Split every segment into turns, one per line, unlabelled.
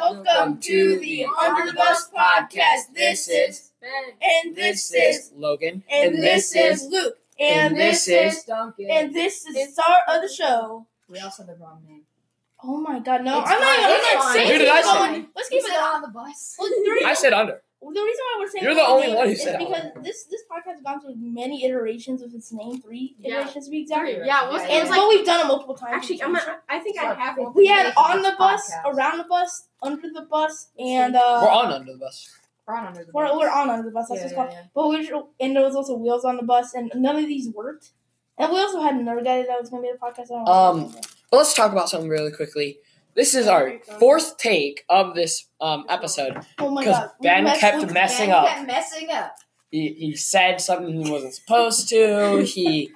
Welcome to the Under Us podcast. This is,
Ben.
and this is,
Logan.
and this is Luke, and this is,
Duncan.
and this is the star of the show.
we all said the wrong name.
Oh my God! No,
It's
I'm not.
fine,
even-
it's
I'm not
fine.
saying
Who did I
keep
say?
going. Let's
You
keep it
said
up.
on the bus.
Well, the reason-
I said under.
the reason why we're saying
You're the
his
only
name
one who
is
said
because this this podcast has gone through many iterations of its name, three
Yeah.
iterations to be exact.
Three.
Yeah, what's,
Yeah.
it
And
was
but
like
we've done it multiple times.
actually, I'm not, I think I have it.
we had on the
Podcast.
bus, around the bus, under the bus, and uh,
We're on under the bus.
We're on under the
We're,
bus.
we're on under the bus. That's
Yeah,
what's
yeah,
called. But we were, and there was also wheels on the bus, and none of these worked. And we also had another guy that was going to be the podcast. I don't
Um,
know.
But let's talk about something really quickly. This is our fourth take of this um, episode.
oh my
'cause
god, we
Ben
messed
kept
with
messing
Ben.
up.
kept messing up.
He, he said something he wasn't supposed to. He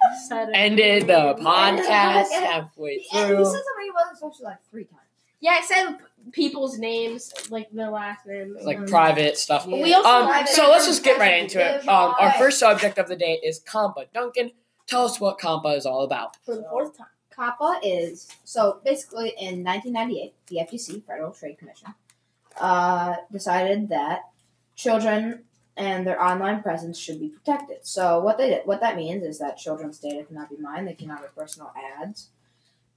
ended the podcast halfway
He, and he said
through.
something he wasn't supposed to like three times.
Yeah, it said people's names, like the last name.
Like private stuff.
Yeah.
We also
Um,
had
so let's just get right into it. Um, our first subject of the day is Compa. Duncan, tell us what Compa is all about.
for the fourth time.
COPPA is so basically in 1998, the FTC, Federal Trade Commission, uh, decided that children and their online presence should be protected. So what they did, what that means is that children's data cannot be mined. They cannot have personal ads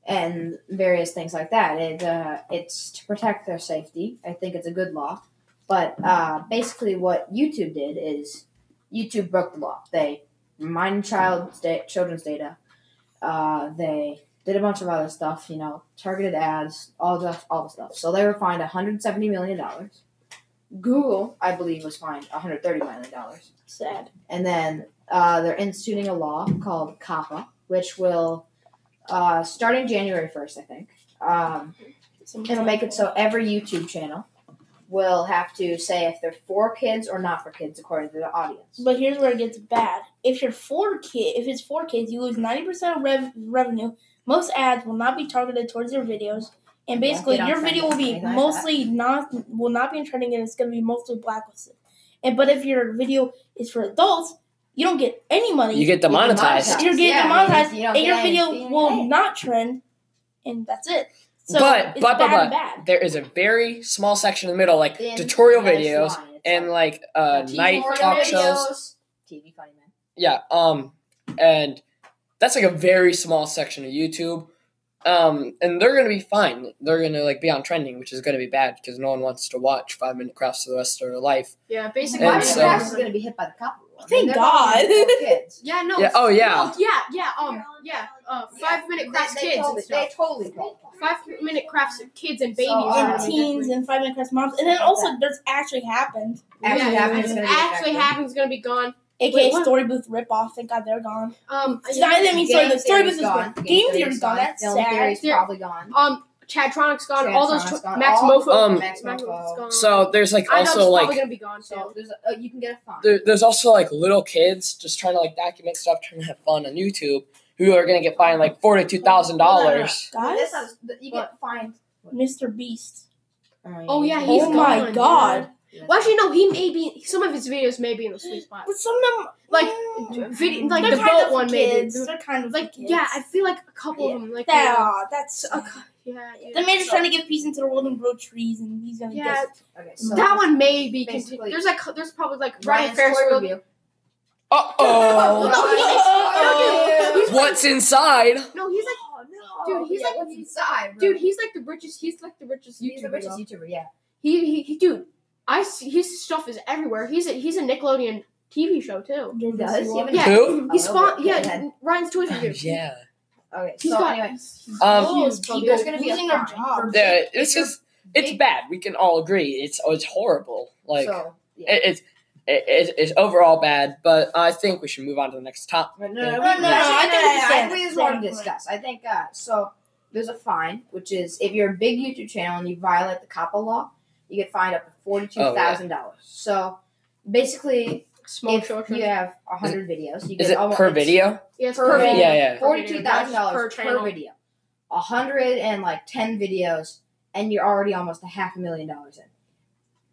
and various things like that. It uh, it's to protect their safety. I think it's a good law, but uh, basically what YouTube did is YouTube broke the law. They mined child's da- children's data uh, they did a bunch of other stuff, you know, targeted ads, all the all the stuff. So they were fined 170 million dollars. Google, I believe, was fined 130 million dollars.
Sad.
And then uh, they're instituting a law called COPPA, which will uh, starting January 1st, I think. Um, It'll make it so every YouTube channel will have to say if they're for kids or not for kids according to the audience.
But here's where it gets bad. If you're four kid, if it's four kids, you lose ninety percent of rev- revenue. Most ads will not be targeted towards your videos, and
Yeah,
basically
they don't
your
send
video
you
will be
anything like
mostly not will not be in trending, and it's going to be mostly blacklisted. And but if your video is for adults, you don't get any money.
You get demonetized.
demonetized. You're getting
Yeah, because
demonetized,
you don't
and your
get
video
anything.
will not trend, and that's it. So
But-
it's
but- but-
bad and
but-
bad.
There is a very small section in the middle, like
In
tutorial
the next
videos
line, it's
and
like-
like uh,
Teeth
night
tutorial
talk
videos,
shows.
TV funny man.
Yeah, um, and that's like a very small section of YouTube. Um, and they're gonna be fine. They're gonna like be on trending, which is gonna be bad because no one wants to watch five minute crafts for the rest of their life.
Yeah, basically.
And
Minecraft
so-
is going to be hit by the copper. rule.
Thank
They're not
God.
gonna have Kids.
yeah, no.
Yeah. Oh yeah.
no, yeah, yeah, um, yeah, uh, five minute crafts
They- they
kids
totally-
and
They
stuff.
totally called it.
Five minute crafts kids and babies.
So, uh,
and
are really
um, teens
different.
and five minute class moms, and then also there's actually happened,
Actually
yeah,
happened is
and
gonna be
actually
affected.
happened is gonna be gone.
aka
Wait, what?
story booth ripoff. Thank God they're gone.
Um,
Yeah, I didn't mean sorry. The
Game
story
theory's
was gone.
gone.
Game
theory's
theory's gone. That's
Film
sad.
theory's
There-
probably gone.
um, Chadtronic's gone. all those
Chadtronic's
tw-
gone.
Max
All-
Mofo.
Um,
Max
Max Mofo's
Mofo.
gone.
So there's like
I know he's
also
probably
like
gonna be gone.
So
So
there's a, uh, you can get a fine.
there, there's also like little kids just trying to like document stuff, trying to have fun on YouTube, who are gonna get fined like forty two thousand dollars.
Guys,
This is- you get fined.
Mr. Beast.
oh yeah,
Oh
he's gone.
my
dude.
God.
Well, actually, no. He may be. Some of his videos may be in the sweet spot.
But some of them,
Like,
Mm,
video, like
they're
the
kind of
boat
for
one, maybe.
kids. They're kind of for
Like,
kids.
yeah, I feel like a couple of them, like
that.
were-
aw, that's
a cou- yeah, yeah.
the man is
So-
trying to give peace into the world and grow trees, and he's gonna
Yeah,
get
Okay, so
that one may be
Basically-
continued. There's like there's probably like Ryan
Ryan's
Ferris.
toy
will-
review.
Uh oh.
He's like-
What's inside?
No, he's like
Oh, no.
Dude, he's
Yeah,
like-
what's inside, bro?
dude. He's like the richest. He's like the richest YouTuber.
He's the richest YouTuber. Yeah.
He, he he dude. I see his stuff is everywhere. He's a he's a Nickelodeon TV show too.
Jervis
does,
Walker.
yeah.
Yeah,
Who?
He's
Oh,
spawn.
okay, go
Yeah,
ahead.
Ryan's toys review.
Oh, Yeah.
Okay.
He's
so
got-
anyway,
Um,
Oh,
He's
people
there's gonna be a
losing their
fine
jobs.
for big-
Yeah, it's
if you're
just it's
big-
bad. We can all agree it's it's horrible. Like
so, yeah.
it, it's it, it's it's overall bad. But I think we should move on to the next top.
No, no,
Yeah.
no,
No,
we- we-
no, I think we
I
said
think
it.
there's more to
Exactly.
discuss. I think uh, so. There's a fine, which is if you're a big YouTube channel and you violate the COPPA law, you get fined up to forty-two thousand
Oh,
dollars. So basically,
Small
if
children.
you have hundred videos, you
Is
get
it
almost,
per video?
Yeah, it's
per
per
video.
video.
Yeah, yeah.
Forty-two thousand
Per
dollars per,
channel.
video, a hundred and like ten videos, and you're already almost a half a million dollars in.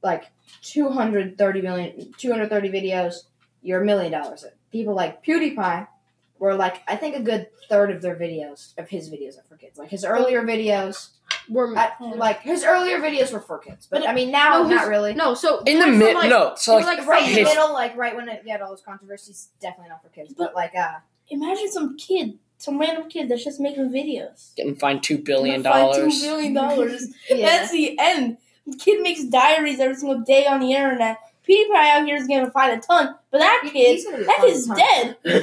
Like 230 million, 230 videos, you're a million dollars in. People like PewDiePie were like, I think a good third of their videos, of his videos, are for kids. Like his earlier videos
were
I, like his earlier videos were for kids, but,
But it-
I mean now
no, his-
not really.
no. So
in the
from,
mid,
like-
no, so
it
like,
was, like,
right in the
his-
middle, like right when it, you had all those controversies, definitely not for kids. But like, uh,
Imagine some kid, some random kid that's just making videos.
getting fined two billion
Find
dollars.
Two billion dollars.
yeah,
That's the end. The kid makes diaries every single day on the internet. PewDiePie out here is gonna find a ton, but that kid,
He's gonna be
that
fun
kid's
time.
dead.
that,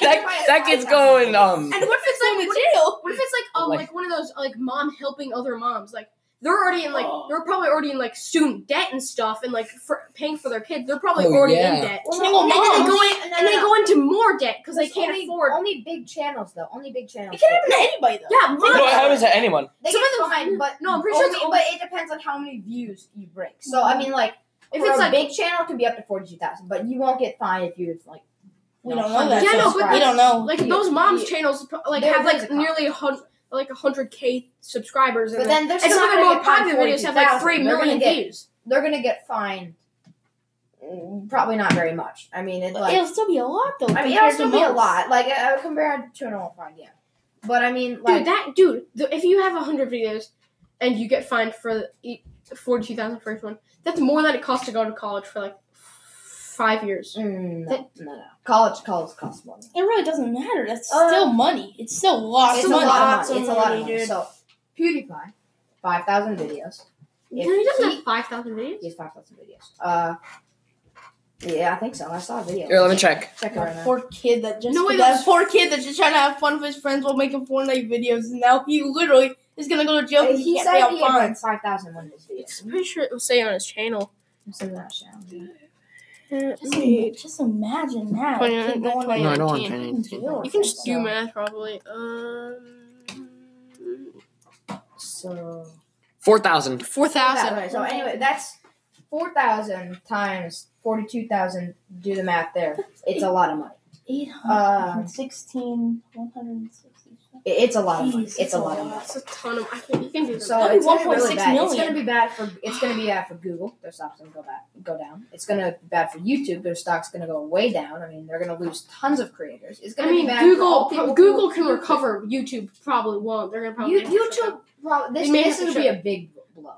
that-
that kid's going. Um,
And what if it's
Going
like
to
what
jail.
What if it's like um
Like-
like, one of those like mom helping other moms like they're already in like
Oh.
they're probably already in like student debt and stuff and like for paying for their kids they're probably
Oh,
already
yeah.
in debt
Well,
Single
and
no,
then
mom.
they go in,
no, no,
and they
no.
go into more debt because they
There's
can't
only,
afford
Only big channels though. Only big channels.
It can happen to anybody though.
yeah
what
mom,
happens to anyone?
They
Some
get
of them-
fined, but
no I'm pretty sure it's
only-
only,
but it depends on how many views you break. So I mean, like
Mm-hmm. If
for
it's,
a
like-
big channel, it can be up to forty two thousand, but you won't get fined if you like.
We
you know,
don't know that.
Yeah, no, but
we
that's-
don't know.
like
Yeah.
those moms
Yeah.
channels pro- like
There-
have
there's
like
a cost.
nearly a hundred like a hundred k subscribers
But
and
then there's
and some of their more popular videos have like three
three they're
million
gonna get,
views
They're gonna get fined. mm, Probably not very much. I mean, it like
It'll still be a lot though.
I mean,
compared
it'll
to
still be a
most.
lot. Like uh, compared to a normal fine, yeah. But I mean, like
dude that dude the, if you have 100 videos and you get fined for the 42000 for each one that's more than it costs to go to college for like five years
mm, no, no, no. College, college costs money.
It really doesn't matter. That's
Uh,
still money. It's still lots
it's
of
a
money.
lot of money. It's a lot of
money,
money.
dude.
So PewDiePie, five thousand videos. If
no, he doesn't
he-
have 5000 videos
He has five thousand videos. Uh, yeah, I think so. I saw a video.
Here, let me check.
Check it
That
right now.
poor kid that just
No, wait,
that
that's-
poor kid that's just trying to have fun with his friends while making Fortnite videos, and now he literally is gonna go to jail
Uh,
because he,
He
can't pay
said
off
he had like
fines.
five thousand one of his videos.
i'm pretty sure it was saying on his channel
It's in that channel.
Uh,
Just, im- just imagine that.
Twenty-
Kid going to
twenty-
No, I don't want
You
fucking jail or
you can just
something.
do math probably um
So
Four thousand.
4000
Okay, So anyway, that's four thousand times forty-two thousand. Do the math there. It's a lot of money.
Eight
Uh,
hundred sixteen, one hundred sixty.
It- It's a lot of money.
Jeez,
It's a lot of money.
that's a ton of i can you can do
So
That'd be
it's gonna be
1.6
really bad. It's
million.
gonna be bad for it's gonna be bad for Google. Their stock's gonna go back go down. It's gonna be bad for YouTube. Their stock's gonna go way down. I mean, they're gonna lose tons of creators. It's
I
gonna
mean,
be bad. for
Google
all people
Google
who-
can recover. YouTube probably won't. They're gonna probably
You, YouTube, prob- this
They may
this
have
will
to
be a big blow.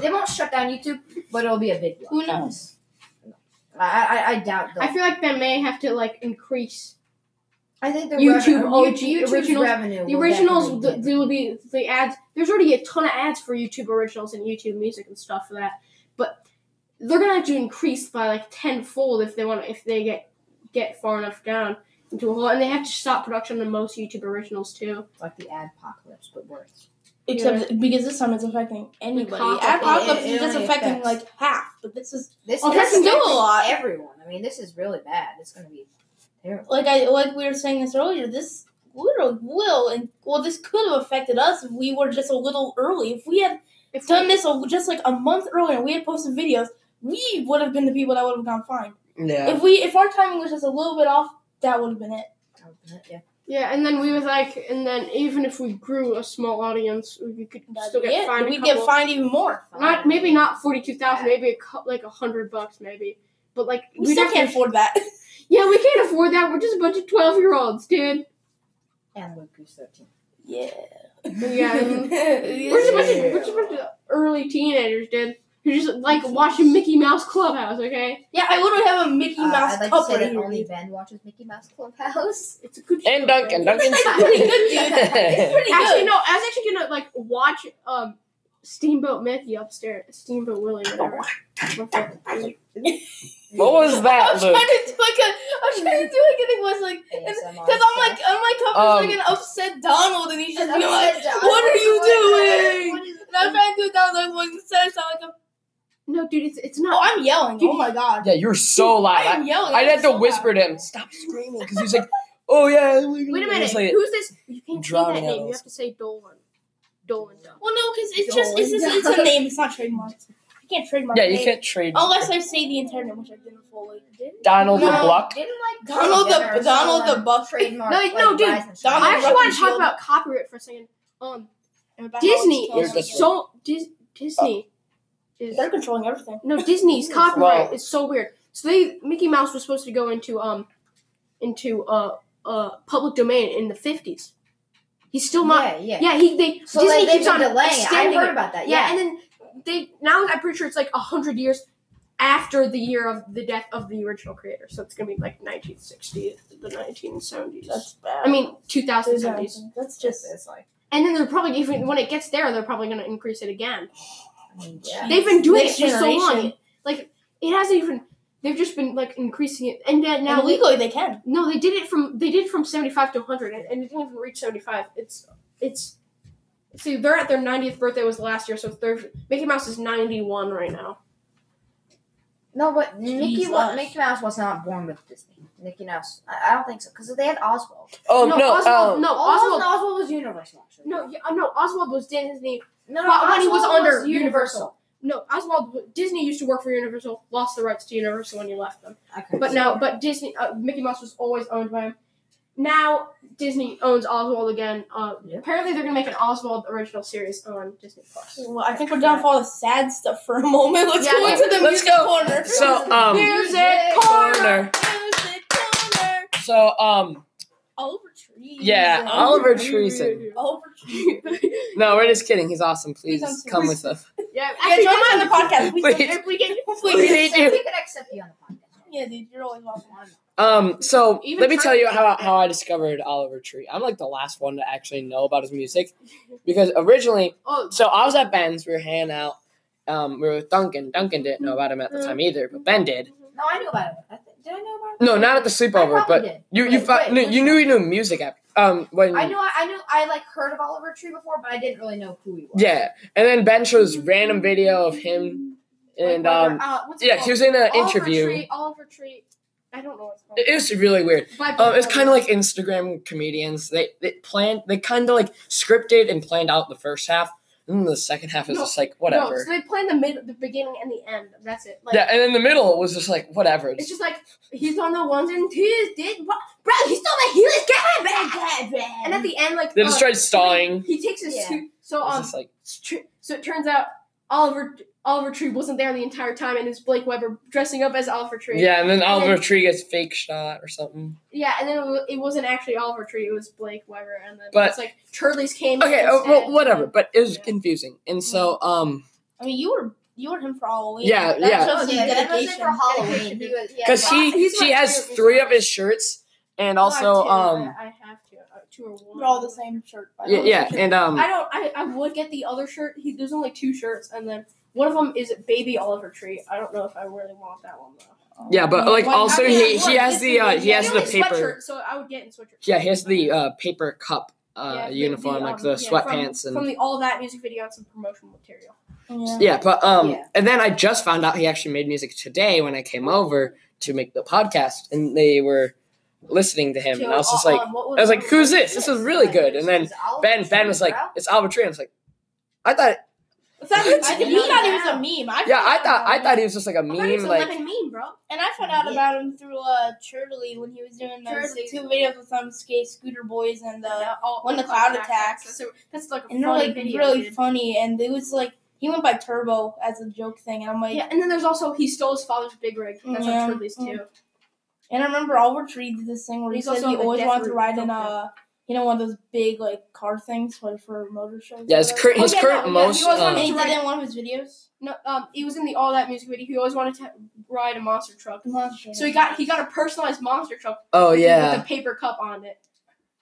They won't shut down YouTube, but it'll be a big blow.
Who knows?
I I, I doubt. they'll-
I feel like they may have to like increase
I think the
YouTube
revenue,
OG
YouTube's
originals-
revenue.
The
will
originals,
definitely
th- there will be the ads. There's already a ton of ads for YouTube originals and YouTube music and stuff for that. But they're gonna have to increase by like tenfold if they want to, if they get get far enough down into a hole, and they have to stop production on most YouTube originals too.
It's like the adpocalypse, but worse.
Except because this time it's affecting anybody.
cock-
Apocalypse
it- it
is just
only
affecting
affects-
like half, but this is
This
Oh,
is
that's still a lot.
Everyone. I mean, this is really bad. It's gonna be terrible.
like I like we were saying this earlier. This literally will and well, this could have affected us if we were just a little early. If we had
If
done this a, just like a month earlier, we had posted videos. We would have been the people that would have gone fine.
Yeah.
If we, if our timing was just a little bit off, that would have been it.
Yeah.
yeah, and then we was like, and then even if we grew a small audience, we could
That'd
still
be
get
it.
fined. a
We'd get
couple-
fined even more.
Not maybe not forty two thousand, maybe a, cou- like a hundred bucks, maybe. But like
We
we'd
still
have
can't
To,
afford that.
yeah, we can't afford that. We're just a bunch of twelve year olds, dude.
And Luke who's thirteen.
yeah.
We're just a bunch of, we're just a bunch of early teenagers, dude. Who just like watching Mickey Mouse Clubhouse, okay?
yeah, I literally have a Mickey
Uh,
Mouse
I'd like to
cup
say
right
that
here.
only Ben watches Mickey Mouse Clubhouse.
It's a good show.
And Duncan.
man.
Duncan's
That's pretty good, dude. It's pretty
Actually,
good.
no, I was actually gonna like watch um Steamboat Mickey upstairs, Steamboat Willie, whatever.
What was
I
that,
was trying
Luke?
to do like a, I was trying to do like a thing was like,
ASMR
because I'm like, I'm like covering
Um,
like an upset Donald, and he's just
I'm
being like,
upset,
"What are you
Donald.
doing?"
What is-
and I'm trying to do Donald like, instead of sounding like, a,
No, dude, it's it's
oh,
not.
I'm yelling. Oh my god.
Yeah, you were so
I
loud.
am yelling.
I, I'd
I'm
have to
so
whisper
loud.
to him, "Stop screaming," because he's like, "Oh yeah."
Wait a minute,
Like,
who's this? You can't say that
Drowning
name. You
animals.
have to say Dolan. Dolan. Dolan.
Well, no, because it's
Don't
just it's just it's a
yell.
name. It's not trademarked. I can't trademark.
yeah,
a
you
name.
can't trade
Unless I say the internet, which I didn't fully.
Donald
No.
the Block.
Didn't like
Donald the-
Jenner or
Donald the
someone
Buck.
trademark.
No,
like,
no, dude,
Rise and Shine?
Donald
I actually
Ruck-
want to talk
Shield.
about copyright for a second. Um,
And about how it's
Disney
killing
You're
me.
just
is so Dis- Disney is
Oh. They're controlling everything.
No, Disney's copyright
Well-
is so weird. So they Mickey Mouse was supposed to go into um into uh uh public domain in the fifties. He's still not.
yeah, yeah.
Yeah, he they
So
Disney
like, they've
keeps
been
on
delaying. it. I
extending
heard
it.
about that.
Yeah, and then they now I'm pretty sure it's like hundred years after the year of the death of the original creator. So it's gonna be like 1960 to the 1970s.
That's bad.
I mean, 2070s.
Exactly. that's just
it's like,
And then they're probably even when it gets there, they're probably gonna increase it again.
I mean, yeah.
They've been doing
Next
it for so long.
generation.
Like it hasn't even. They've just been like increasing it, and then now
Now legally they can.
No, they did it from they did from seventy five to hundred, and, and it didn't even reach seventy five. It's it's see they're at their ninetieth birthday was last year, so they're Mickey Mouse is ninety one right now.
No, but Mickey, wa-
Jesus.
Mickey Mouse was not born with Disney. Mickey Mouse, I, I don't think so, because they had Oswald.
Oh
no,
no,
Oswald,
um,
no,
Oswald,
Oswald, no,
Oswald was Universal, actually.
yeah, uh, no, Oswald was Disney.
no,
but when he was
Oswald
under Universal. No, Oswald w- Disney used to work for Universal, lost the rights to Universal when you left them.
Okay,
But
so-
now, but Disney, uh, Mickey Mouse was always owned by him. Now Disney owns Oswald again. Uh,
Yeah.
Apparently, they're gonna make an Oswald original series on Disney Plus.
Well, I think we're done for all the sad stuff for a moment. Let's
Yeah,
go into the
let's
music
go.
corner.
So um,
Music
Music
corner.
corner.
music corner.
So um,
Oliver Tree.
yeah, Oliver Treason.
Oliver Tree.
No, we're just kidding. He's awesome. Please
He's awesome.
come with us.
Yeah,
yeah,
actually,
join us on the podcast. We
Wait.
can, we can,
Wait,
we
dude.
can.
we could accept you on the podcast.
Yeah, dude, you're always welcome.
Um, so
Even
let me
trying
tell
to
you
think
how
of
how I discovered Oliver Tree. I'm like the last one to actually know about his music because originally
Oh,
So I was at Ben's. We were hanging out. Um, we were with Duncan. Duncan didn't know about him at the time either, but Ben did.
No, I knew about it. I th- did I know about it?
No, not at the
I
sleepover,
probably
but
did.
you you
Wait,
fi-
wait,
no,
which
you knew
one?
he knew music. After, um, when
I knew. I, I knew. I like heard of Oliver Tree before, but I didn't really know who he was.
yeah, and then Ben shows random video of him,
wait,
and
wait,
um,
uh, what's it
yeah,
called?
he was in an
Oliver
interview.
Tree, Oliver Tree. I don't know what's called.
It was really weird.
By
Um, it's kind of like Instagram comedians. They they planned. They kind of like scripted and planned out the first half, and then the second half is
No,
just like
No,
whatever.
so they plan the mid, the beginning, and the end. That's it. Like,
yeah, and in the middle was just like whatever.
It's just like he's on the ones and twos, did what? Bro, he's still like he was getting And at the end, like
they just
uh,
tried stalling.
He takes his
Yeah.
suit. So
It's
um,
just like
tr- so it turns out Oliver Oliver Tree wasn't there the entire time, and it's Blake Weber dressing up as Oliver Tree.
Yeah, and then Oliver
then-
Tree gets fake shot or something.
Yeah, and then it, wa- it wasn't actually Oliver Tree; it was Blake Weber, and then
But-
it's like Turley's came.
Okay,
instead.
oh, well, whatever. But it was
Yeah. Mm-hmm.
confusing, and so um,
I mean, you were you were him for Halloween.
Yeah,
that
yeah.
Shows
Oh,
you
yeah, that was it
dedication.
for Halloween. He was, yeah,
because he
but he's
he
my
has
favorite
three of
designer.
his shirts, and
No, I have
also
two.
um,
I, I have to uh, two or one.
We're all the same shirt. by the
yeah,
way.
yeah, and um,
I don't. I, I would get the other shirt. He, there's only two shirts, and then one of them is baby Oliver Tree. I don't know if I really want that one though.
yeah, but like
Why
also
not?
he
Why
he has
not?
the uh, he
Yeah,
has
you
the
only
paper.
Sweatshirt, so I would get in sweatshirt.
Yeah, he has the uh, paper cup uh uniform, like the sweatpants
um, from
and.
the all that music video and some promotional material.
Yeah.
Yeah, but um,
Yeah.
and then I just found out he actually made music today when I came over to make the podcast, and they were listening to him, and I was just
um,
like, I was like, "Who's this? This is really good." And then
He's Oliver
Ben Ben
Tree,
was like,
bro.
"It's Oliver Tree." I was like, "I thought,
It's not-
What?
I-
I didn't
you
know
thought he was
that.
a meme. I
yeah, I
found
thought
out
I
about
thought
him.
he was just like a
I thought it
meme,
was
like."
living meme, bro.
And I found out
Yeah.
about him through uh, Churley when he was doing those
Chortley.
two videos with some skate scooter boys and uh,
all,
when the
all
cloud
That's, a- that's like a
and they're
funny
like
video,
really
dude.
funny and it was like he went by Turbo as a joke thing and I'm like
Yeah, and then there's also he stole his father's big rig. That's
Yeah.
on Tridley's too.
and I remember Oliver Tree did this thing where he
He's
said
also
he
on the
always
Death
wanted to
Row
ride in
Joker.
a you know one of those big like car things for for motor shows. or
Yeah, his
whatever.
current his
Oh, yeah,
current
no, yeah,
most
he was on
And
uh,
he did
Right.
it in one of his videos.
No, um, it was in the all that music video. He always wanted to ride a monster truck. So he got he got a personalized monster truck.
oh
with the-
yeah,
with a paper cup on it,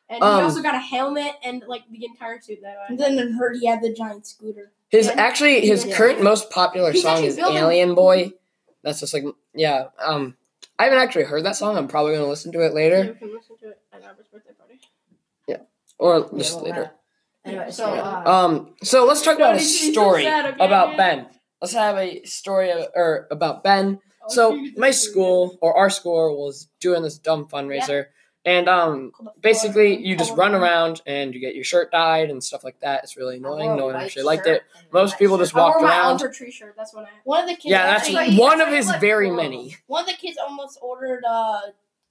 and
Um,
he also got a helmet and like the entire suit that way.
And then in Hurt he had the giant scooter.
his
Yeah.
actually his
Yeah.
current most popular
He's
song
actually
is
building-
Alien Boy. That's just like yeah. Um, I haven't actually heard that song. I'm probably gonna listen to it
Yeah,
later
we can listen to it at Albert's birthday party.
or
Yeah,
just
well,
later.
that- Anyway, so
Yeah.
uh,
Um, so let's talk
No,
about a
this is so
story
sad, okay?
about Ben. Let's have a story of, or about Ben.
Oh,
So my school or our school was doing this dumb fundraiser, and
Oh,
um, basically you just run around and you get your shirt dyed and stuff like that. It's really
Oh,
annoying. No one actually liked it. Most people just
I wore
walked
my
around.
Oliver Tree shirt. That's when I.
One of the kids
Yeah, that's
actually,
That's
one of
what
his
you look
very
for.
many.
one of the kids almost ordered uh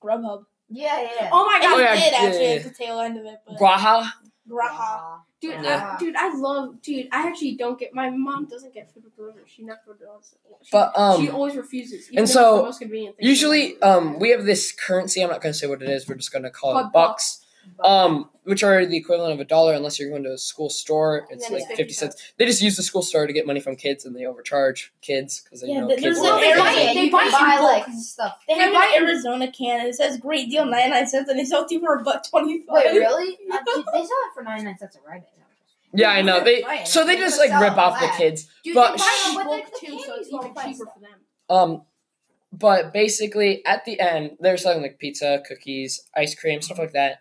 Grubhub.
Yeah, yeah.
Oh my
And
god,
Oh,
he
yeah,
did
yeah,
actually
yeah.
at the tail end of it, but
Guaha.
Graha.
dude, I-
Yeah.
dude, I love, dude. I actually don't get. My mom doesn't get food delivered. She never does. She,
But
she
um,
always refuses. even
and
if it's
so, um,
the most convenient thing
usually um, we have this currency. I'm not gonna say what it is. We're just gonna call it
Called
bucks. um, which are the equivalent of a dollar unless you're going to a school store. It's
then
like
it's
50
50
cents. They just use the school store to get money from kids and they overcharge kids because they
Yeah,
know
but
kids
there's
love
no
it.
buy
they
it.
buy,
You buy
buy
some
like
books.
stuff.
They have
Invite-
an Arizona can and it says great deal, 99 cents, and they sell it to you for a buck 25.
Wait, really? Uh, dude, they sell it for ninety nine cents a ride.
Yeah, I know. They
Right.
so they
They
just
just
like
sell
rip off the
black.
kids.
Dude,
But
they
sh-
buy them with
But
the too, so
candies
it's
won't
even
buy
cheaper
stuff.
for them.
Um, but basically, at the end, they're selling like pizza, cookies, ice cream, stuff like that.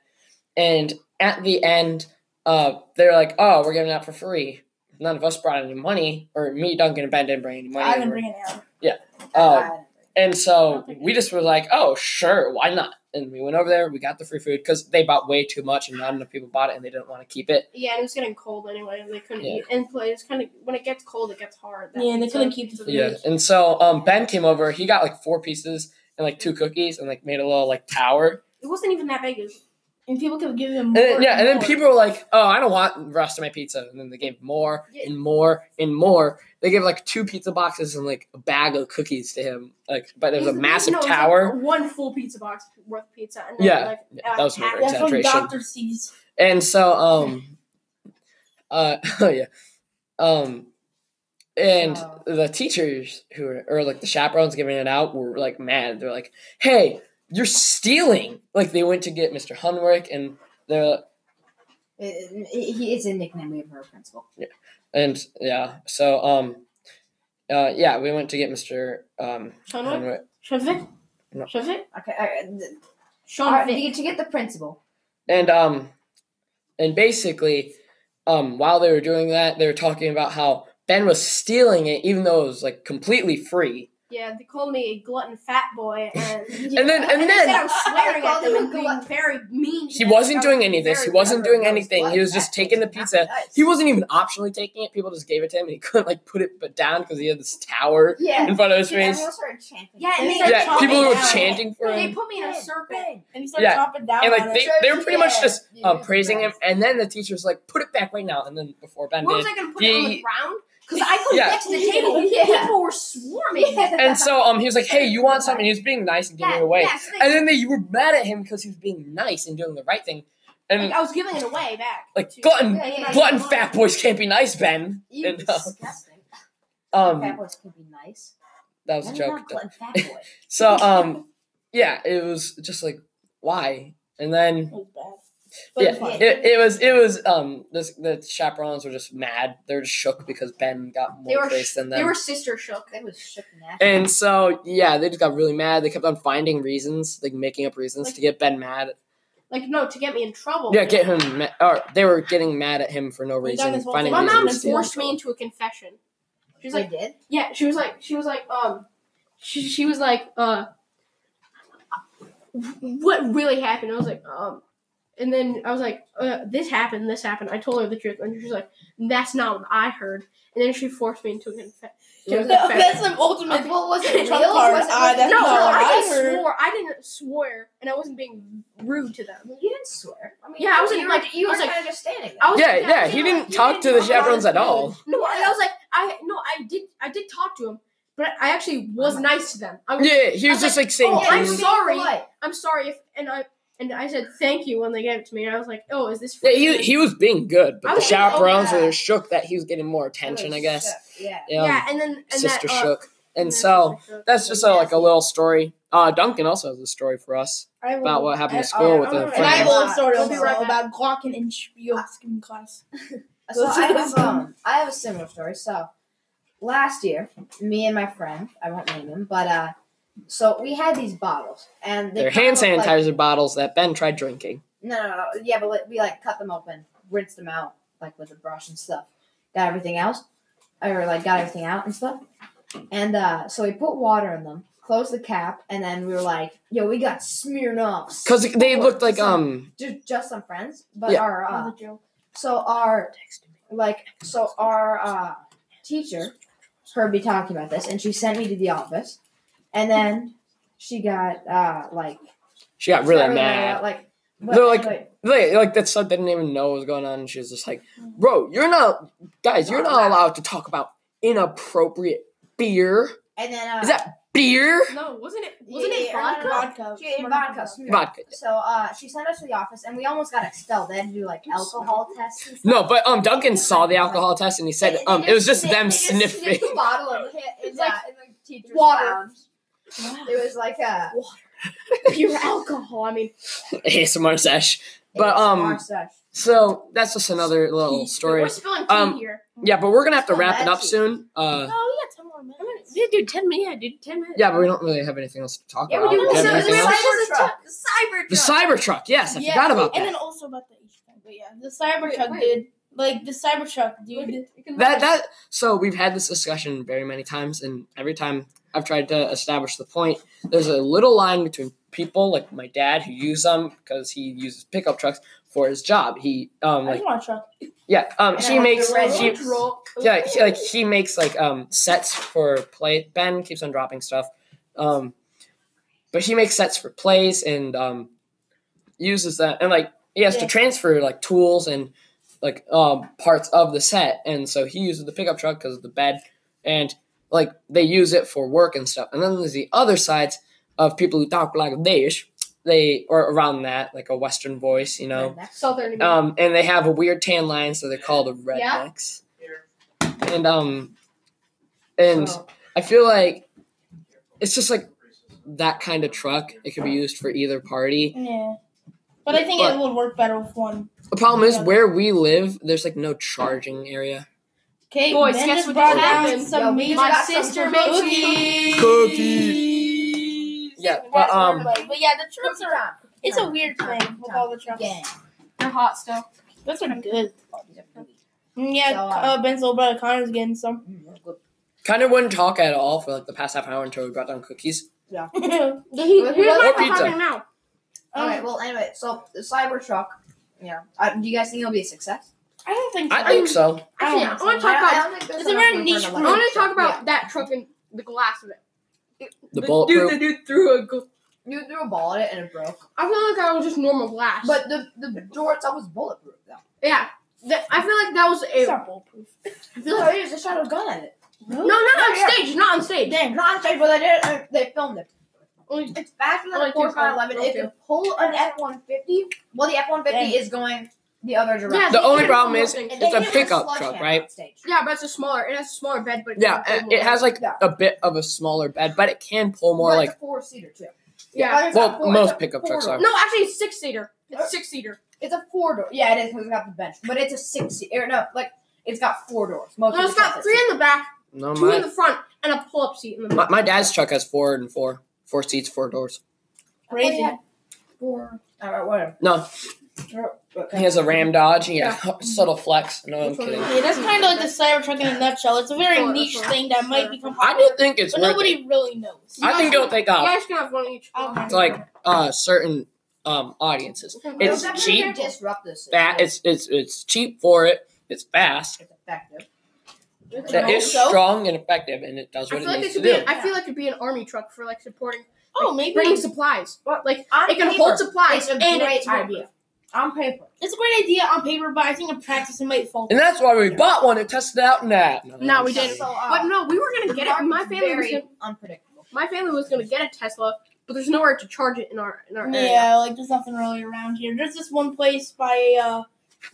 And at the end, uh, they're like, "Oh, we're giving out for free." None of us brought any money, or me, Duncan, and Ben didn't bring any money.
I didn't bring it out.
Oh. and
I
so
don't think
we just were like, "Oh, sure, why not?" And we went over there. We got the free food because they bought way too much, and not enough people bought it, and they didn't want to keep it.
Yeah, and it was getting cold anyway, and they couldn't
Yeah.
eat. And it's kind of when it gets cold, it gets hard.
Yeah, and they
so
couldn't keep the
it's a
Yeah. And so um, Ben came over. He got like four pieces and like two cookies, and like made a little like tower.
It wasn't even that big. It was,
And people kept giving him more.
And then, yeah, and then
more.
people were like, "Oh, I don't want the rest of my pizza." And then they gave more
Yeah.
and more and more. They gave like two pizza boxes and like a bag of cookies to him. Like, but there was
it
a massive
no, it was like
tower.
one full pizza box worth of pizza, and then
Yeah,
like
yeah,
uh,
that was
half-
over
That's from
exaggeration.
Dr. C's.
And so, um, uh, oh yeah, um, and
Wow.
the teachers who were, or like the chaperones giving it out were like mad. They're like, "Hey, you're stealing!" Like they went to get Mr. Hunwick, and they're
He is a nickname we have for our principal.
And yeah, so um, uh, yeah, we went to get Mr. Um,
Sean Wick?
Henry-
Sean Vick?
No.
Sean Vick?
Okay, I, th-
Sean
I-
Vick.
you should get the principal.
and um, and basically, um, while they were doing that, they were talking about how Ben was stealing it, even though it was like completely free.
Yeah, they called me a glutton fat boy, and
And then, and
they said I
then
was swearing at
Called
them
him a
and being
glut-
very mean.
he wasn't doing any of this. He wasn't doing
Everyone knows
anything.
what
He was
that
just taking the
is.
pizza.
Nice.
He wasn't even optionally taking it. People just gave it to him, and he couldn't like put it but down because he had this tower
Yeah.
in front of his
Dude,
face.
everyone started chanting.
Yeah, and they started
Yeah,
chopping
people
it
were
down.
chanting for
They
him,
put me in a
Bang,
circle.
bang.
And he started
Yeah.
chopping down
and
on
like
it.
they, they were pretty much
Yeah.
just uh,
Jesus
praising him,
Christ.
and then the teacher's like, "Put it back right now." And then before Ben
Where
did,
was I gonna put it on
Yeah.
the ground? Because I couldn't
Yeah.
get to the table. and
Yeah.
People were swarming.
Yeah.
and so um, he was like, "Hey, you want something?" He was being nice and giving
Yeah,
it away,
yeah, so they-
and then they were mad at him because he was being nice and doing the right thing,
like,
and
I was giving it away back.
like
too.
glutton,
Yeah, yeah,
glutton,
yeah.
fat boys can't be nice, Ben.
You
And, uh,
disgusting. fat
um,
boys can be nice.
that was a
Why
joke.
not glutton fat boy?
So um, yeah, it was just like why, and then
It was bad. But
yeah,
it's fine.
it, it was it was um, this, the chaperones were just mad. They were just shook because Ben got
They
more
were
praise than them.
They were sister shook.
That was shook nasty.
And so, yeah, they just got really mad. They kept on finding reasons, like making up reasons to get Ben mad.
Like no, to get me in trouble.
Yeah, get him. Ma- or they were getting mad at him for no
They done
reason.
this whole
Finding
thing.
My
Reason
mom
reasons.
to
to-
forced me into a confession. She was
They
like,
did.
yeah, she was like, she was like, um, she, she was like, uh, what really happened? I was like, um, and then I was like, uh, this happened, this happened. I told her the truth, and she's like, that's not what I heard. And then she forced me into a confession.
No, that's the ultimate.
Like, what was it?
Trump
real?
card.
Was it-
Ah,
was it-
that's
no,
not
no,
what
I,
I
just
heard.
swore. I didn't swear, and I wasn't being rude to them.
You didn't swear. I mean,
Yeah, I was
you
in,
were-
like-
you
I
were
was
kind
like-
of just standing there.
I was
Yeah,
like,
yeah,
was
he
like,
didn't
you
talk to
didn't
the
talk
chaperones at all.
No, and I was like, I no, I did, I did talk to him, but I actually was nice to them. I was,
Uh-huh. Yeah, he
I
was
was
just like saying
"Oh, I'm
things.
so- sorry. I'm sorry if, and I and I said thank you when they gave it to me, and I was like, oh, is this?
Yeah,
free?"
he, he was being good, but
I
the
was like, oh,
chaperones
yeah.
were shook that he was getting more attention, I guess.
Yeah.
Yeah,
yeah, and then and
sister
that, uh,
shook.
and
And
that
so
sister shook.
that's just a, like a little story. Uh, Duncan also has a story for us
I will-
about what happened
and-
at school
uh,
with a
alright.
And I
friend.
have
of
a
ours.
whole story
We'll be
also
right back.
about Glocken and Spiel's in class.
So I have um I have a similar story. So last year, me and my friend, I won't name him, but uh so we had these bottles and they
They're
kind of
hand
look like-
sanitizer bottles that Ben tried drinking.
no, no, no, yeah, but like, we like cut them open, rinsed them out like with a brush and stuff. Got everything else, or like got everything out and stuff. And uh so we put water in them, closed the cap, and then we were like, yo, we got Smirnoffs.
Because they looked like, um,
just just some friends, but
Yeah.
our
That
uh,
was a joke.
so our like so our uh, teacher heard me talking about this and she sent me to the office and then she got uh like
She got
she
really
got
mad.
like
They're like-
anyway,
Like, like that stuff they didn't even know what was going on. And she was just like, "Bro, you're not guys. You're not allowed to talk about inappropriate beer."
And then uh,
Is that beer?
No, wasn't it? Wasn't it
Yeah,
vodka?
yeah,
Vodka.
she ate
Smirnoff
vodka.
Vodka.
So uh, she sent us to the office, and we almost got expelled. They had to do like alcohol tests. And stuff.
No, but um, Duncan saw the alcohol test and he said
They- they
um, it was just
sniffed-
them
they just sniffed
sniffing.
the bottle and hit in
It's
the-
like
in the teacher's
water.
lounge. It was like a
Pure alcohol. I mean,
ASMR sesh. But,
ASMR
um,
sesh.
So that's just another little
tea.
story.
We're spilling tea
Um,
here.
Yeah, but we're gonna have to wrap it up
Imagine.
soon.
No, we
Uh,
got ten Oh, more minutes.
Yeah, dude, ten minutes. Yeah, dude, ten minutes.
yeah, but we don't really have anything else to talk
Yeah, we
about.
do.
You have
So-
anything
so-
else?
Cybertruck.
Cyber
The Cybertruck. Yes, I forgot about
And
that.
then also about the H thing, but yeah, the Cybertruck,
Wait,
dude. Like the Cybertruck, dude.
You can
That
watch.
that. So we've had this discussion very many times, and every time I've tried to establish the point, there's a little line between people like my dad who use them because he uses pickup trucks for his job. He um
I
like
just want a truck.
yeah um
And I
she
have the
makes
red
she
one.
Roll.
yeah he, like he makes like um sets for play ben keeps on dropping stuff um but he makes sets for plays and um uses that and like he has
Yeah.
to transfer like tools and like um parts of the set and so he uses the pickup truck because of the bed and like they use it for work and stuff and then there's the other sides of people who talk like this they or around that like a western voice you know
Southern.
um, and they have a weird tan line, so they're called a rednecks. And um, and
So,
I feel like it's just like that kind of truck. It could be used for either party.
Yeah. But I think
But-
it would work better with one.
The problem is where we live. There's like no charging area.
Okay,
Boys,
Ben
guess
just
what
brought
just
out
happened?
some
Yo,
major
my
got
sister
some
makes
cookies.
Cookies. Yeah, but
That's
um,
everybody. but yeah, the trucks
cookie
are.
time.
It's a weird thing with all the trucks.
Gang.
They're hot still.
Those are good.
Cookies are pretty.
Mm, Yeah,
So, uh,
uh, Ben's little brother Connor's getting some.
Mm, they're good.
kind of wouldn't talk at all for like the past half hour until we brought down cookies.
Um,
The heat.
Or
Here's my
pizza.
problem now.
All right. Well, anyway, so the Cybertruck. Yeah. Uh, do you guys think it'll be a success?
I don't think.
I think so.
Actually, I
don't
want to
I
talk
don't- I
about.
don't think there's
It's a
enough
very
room for
niche
an
I
don't-
want
electric
to talk
truck.
about that truck and the glass of it. It-
The
dude,
bulletproof.
the dude threw a. Gl-
Yeah. You threw a ball at it and it broke.
I feel like that was just normal glass.
But the the door itself was bulletproof though.
yeah, that, I feel like that was
It's
a.
not bulletproof.
I feel
No,
like,
they just shot a gun at it.
no, not on
Yeah, yeah.
stage. Not on stage.
Damn.
Not on stage, but they did. Uh, they filmed it.
Only-
It's faster than
Only
a
two
Ford 511.
cars,
If you
okay.
pull an F one fifty, well, the F one fifty
Dang.
is going the other direction.
Yeah,
The
they
only
had
problem
more
is
things.
And
It's
they
a
did
pickup
sledgehammer
truck, right?
on stage.
Yeah, but it's a smaller. It has a smaller bed, but
Yeah,
it's
it has like
Yeah.
a bit of a smaller bed, but it can pull more
But
like
it's a four seater too.
yeah.
It's not
Well,
four-
most
it's a
pickup
four
trucks
door.
are.
No, actually, it's six seater. It's six seater.
It's a four door. Yeah, it is because it's got the bench, but it's a six seat. Or no, like it's got four doors. Most
No,
of
it's
the
got
trucks
three in the back,
no
two in
my,
the front, and a pull-up seat in the
my
middle.
my dad's truck has four and four four seats, four doors.
are
Crazy.
Four. All right, whatever. Oh,
No, he has a Ram Dodge. He has subtle flex. No, I'm
Which one
kidding.
is it?
Yeah, that's kind of like the Cybertruck in a nutshell. It's a very
Sure,
niche
sure,
thing that might
sure.
become
I
popular,
do think it's
but
worth
nobody
it.
really knows.
I think it'll take
You
off
guys can have one each.
Okay.
to like uh certain um audiences. It's cheap.
Disrupt this.
That it's it's it's cheap for it. It's fast.
It's effective.
It's
That
an
is
old show.
strong and effective, and it does
I
what
feel
it
like it
needs to
could be.
do.
An, I feel like it'd be an army truck for like supporting.
Oh,
like,
maybe
bringing
it's
supplies.
On
It can
paper,
hold
It's
supplies
a
and
great
it's more-
idea. On paper.
a great idea on paper, but I think in practice it might fall.
And that's why we bought one to test it out. Nah,
No, we
I'm
didn't.
kidding.
So, uh,
But no, we were gonna
the
get it. My
market's
family was
very
gonna,
unpredictable.
my family was gonna get a Tesla, but there's nowhere to charge it in our in our area.
yeah, like there's nothing really around here. There's this one place by uh,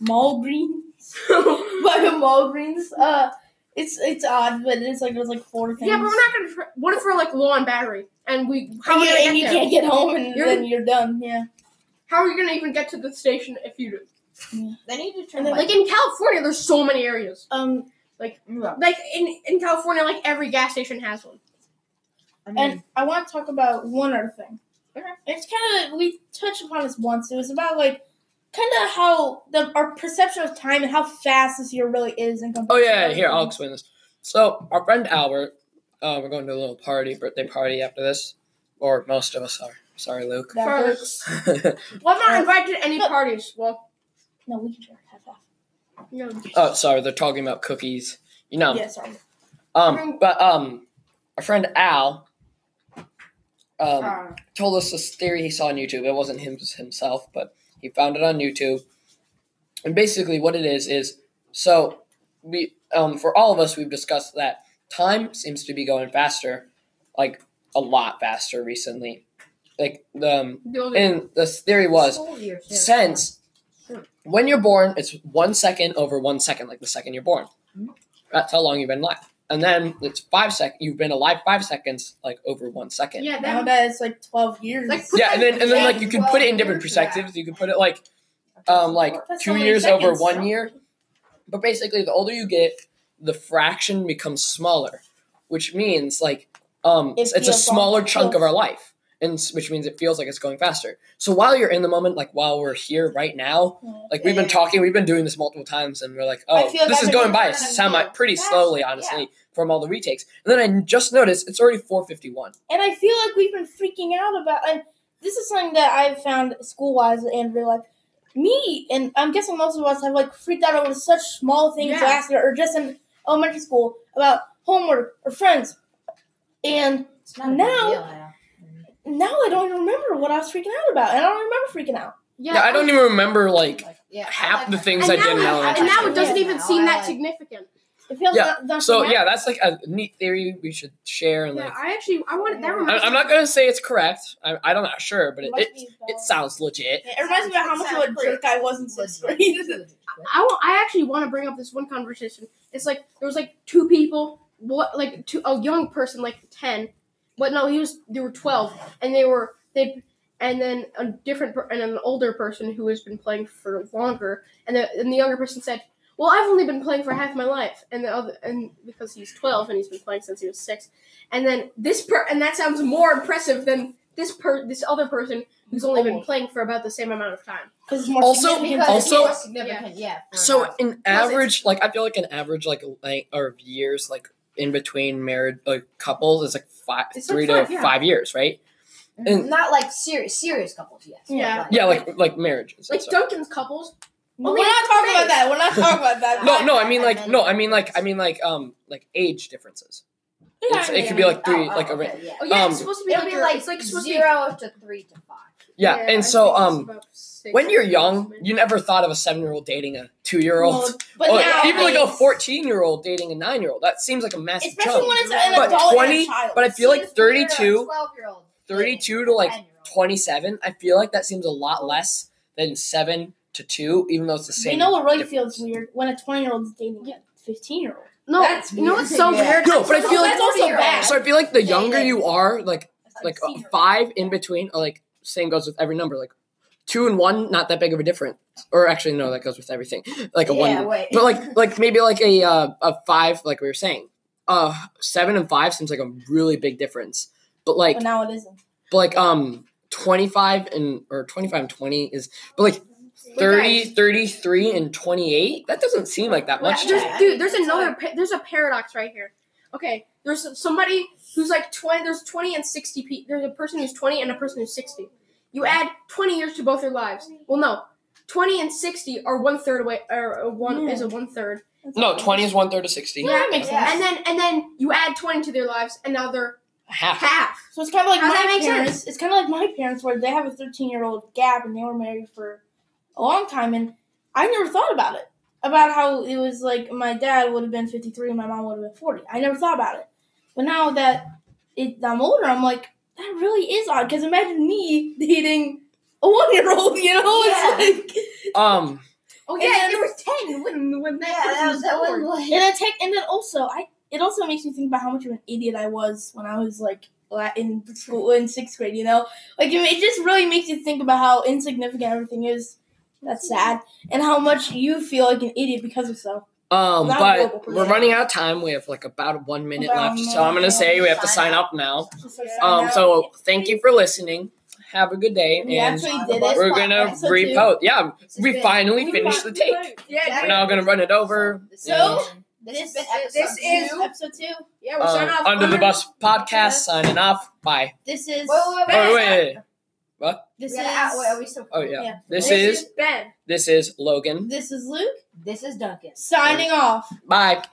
Mulgreens. by the Mulgreens. Uh, it's it's odd, but it's like there's like four things.
Yeah, but we're not gonna. Try, what if we're like low on battery and we? How
And
are we
you,
gonna
and you
get there?
can't get home, and
You're-
then you're done. Yeah.
How are you gonna even get to the station if you do?
They need to turn
And then,
Like in California, there's so many areas.
Um,
like,
Like in in California, like every gas station has one.
I mean,
And I want to talk about one other thing. It's kind of we touched upon this once. It was about like kind of how the our perception of time and how fast this year really is. In
Oh
comparison to
yeah,
other
here I'll
things.
explain this. So our friend Albert, uh, we're going to a little party, birthday party after this, or most of us are. Sorry, Luke.
That
Sorry.
hurts.
Well, I'm
Uh,
not invited to any
no.
parties. Well,
No, we can share half half.
no.
oh, sorry, they're talking about cookies. You know.
Yeah, sorry.
Um, but um, our friend Al, um,
uh,
told us this theory he saw on YouTube. It wasn't him himself, but he found it on YouTube. And basically, what it is is so we um, for all of us we've discussed that time seems to be going faster like a lot faster recently. Like the um,
The older-
and the theory was since
Sure.
when you're born, it's one second over one second, like the second you're born.
Mhm.
That's how long you've been alive. And then it's five sec. You've been alive five seconds, like over one second.
yeah,
Now
that
that it's like twelve years.
Like,
Yeah, and then and then like you can put it in
Well,
different
here's that.
perspectives. You can put it like um like
That's so
two
many
years over
seconds.
one year. But basically, the older you get, the fraction becomes smaller, which means like um
It
it's, it's a
feels
smaller
like-
chunk of our life, and s- which means it feels like it's going faster. So while you're in the moment, like while we're here right now, like we've been
Yeah.
talking, we've been doing this multiple times, and we're like,
Mm-hmm. I
oh,
feel like
this
I've
is
been
going
doing
by
that
semi
until-
pretty
Fast,
slowly,
yeah.
honestly, from all the retakes. And then I just noticed it's already four fifty one.
And I feel like we've been freaking out about. And this is something that I've found school wise and real life. Me and I'm guessing most of us have like freaked out over such small things
Yeah.
last year or just in elementary school about homework or friends. And
now.
now- now I don't even remember what I was freaking out about, and I don't remember freaking out.
yeah,
Yeah, I don't even remember like
yeah,
half
like
the
that.
things
And
I
now,
did in
it-
elementary
and now
school.
it doesn't even
Now
seem
I
that
like-
significant.
It feels
Yeah,
not, not
So
now.
yeah, that's like a neat theory we should share and
Yeah,
like.
I actually I wanted that
Yeah.
reminds
I,
me-
I'm not gonna say it's correct. I, I don't know, sure, but
It
it
must
it,
be
it
about-
sounds legit.
It reminds me about how much of a jerk I was in sixth grade.
I, wa- I actually want to bring up this one conversation. It's like there was like two people, what like two, a young person like ten, but no, he was they were twelve, and they were they, and then a different per- and an older person who has been playing for longer, and the and the younger person said, "Well, I've only been playing for half my life," and the other and because he's twelve and he's been playing since he was six, and then this per and that sounds more impressive than this per this other person who's only been playing for about the same amount of time.
Because it's more
Also-
significant.
because
also-
it's more significant, yeah. for
So
now.
an
it's-
average, like I feel like an average, like length or of years, like in between married like couples is like five,
It's like
three
five,
to
yeah.
five years, right? and-
Mm-hmm. not like serious serious couples, yes.
Yeah.
Yeah, like like marriages.
Like
so.
Duncan's couples,
we're not talking about that. We're not talking about that.
no, no, I mean
I
like
meant-
no, I mean like I mean like um like age differences.
Yeah,
It's,
I
it
mean,
could be like
Oh,
three,
oh,
like a ra-
okay, yeah.
Oh yeah,
Um,
it's supposed to be
It'll
like,
be
your-
like,
it's like supposed to be
zero to three to five.
yeah.
I
And so
think it's
um,
about six
when you're
years,
young,
maybe.
you never thought of a seven year old dating a two year old.
Well, but
oh,
now,
even like a
it's-
14 year old dating a 9 year old. That seems like a massive
especially
jump.
when it's an
But
adult
20
and a child.
but I feel like 32,
twelve year old
32 to like 27, I feel like that seems a lot less than 7 to 2, even though it's the same.
you know what really
difference.
feels weird when a twenty-year-old's dating a fifteen-year-old.
no,
That's
you know what's so
weird.
weird?
No, but I feel like
that's also bad.
so. I feel like the
Yeah,
younger
yeah.
you are, like like uh, five in between, or like same goes with every number. Like two and one, not that big of a difference. Or actually, no, that goes with everything. Like a
yeah,
one,
wait.
but like like maybe like a uh, a five, like we were saying, uh, seven and five seems like a really big difference. But like
but now it isn't.
But like um 25 and or 25 and 20 is but like
But
30
guys-
33 and 28 that doesn't seem like that
Well,
much to
there's,
me.
Yeah.
dude, there's
It's
another pa- there's a paradox right here. Okay, there's somebody who's like twenty. There's twenty and sixty. Pe- there's a person who's twenty and a person who's sixty. You add twenty years to both their lives. Well, no, twenty and sixty are one third away. Or uh, one
Yeah.
is a one third.
no 20 is one third of 60
Yeah, that makes
Yeah.
sense.
And then and then you add twenty to their lives, and now they're
half
half.
So it's kind of like
How does
my
that make
parents. It's kind of like my parents, where they have a 13 year old gap, and they were married for a long time, and I never thought about it. About how it was like my dad would have been 53 and my mom would have been 40. I never thought about it. But now that it, I'm older, I'm like, that really is odd. Because imagine me dating a one year old, you know? It's like.
um
Oh
And
yeah,
then-
and they were ten when when that person
yeah,
was
that, that
born.
was like,
And, I take, and then also, I it also makes me think about how much of an idiot I was when I was like la- in school in sixth grade. You know, like it, it just really makes you think about how insignificant everything is. That's sad, and how much you feel like an idiot because of so.
um
Not
but
global.
we're running out of time we have like about one minute
About
left
a
so i'm gonna
minute.
say we have to
Sign
sign up now
Yeah.
um so thank you for listening have a good day
we
and
actually did it.
we're gonna
Episode two.
repost yeah we finally
We
finished the
finally
tape
did it.
Yeah,
we're now gonna run it over
So,
this has been
This, this
episode
is
two.
episode two.
yeah, we're signing
um,
off
under the bus podcast
Yes.
signing off bye
This
Wait,
is.
wait,
oh wait, wait, wait.
This
We gotta out- wait, are
is.
we still?
Oh yeah.
Yeah.
This,
This
is
Ben.
this is Logan.
This is Luke
This is Duncan.
signing off.
Bye.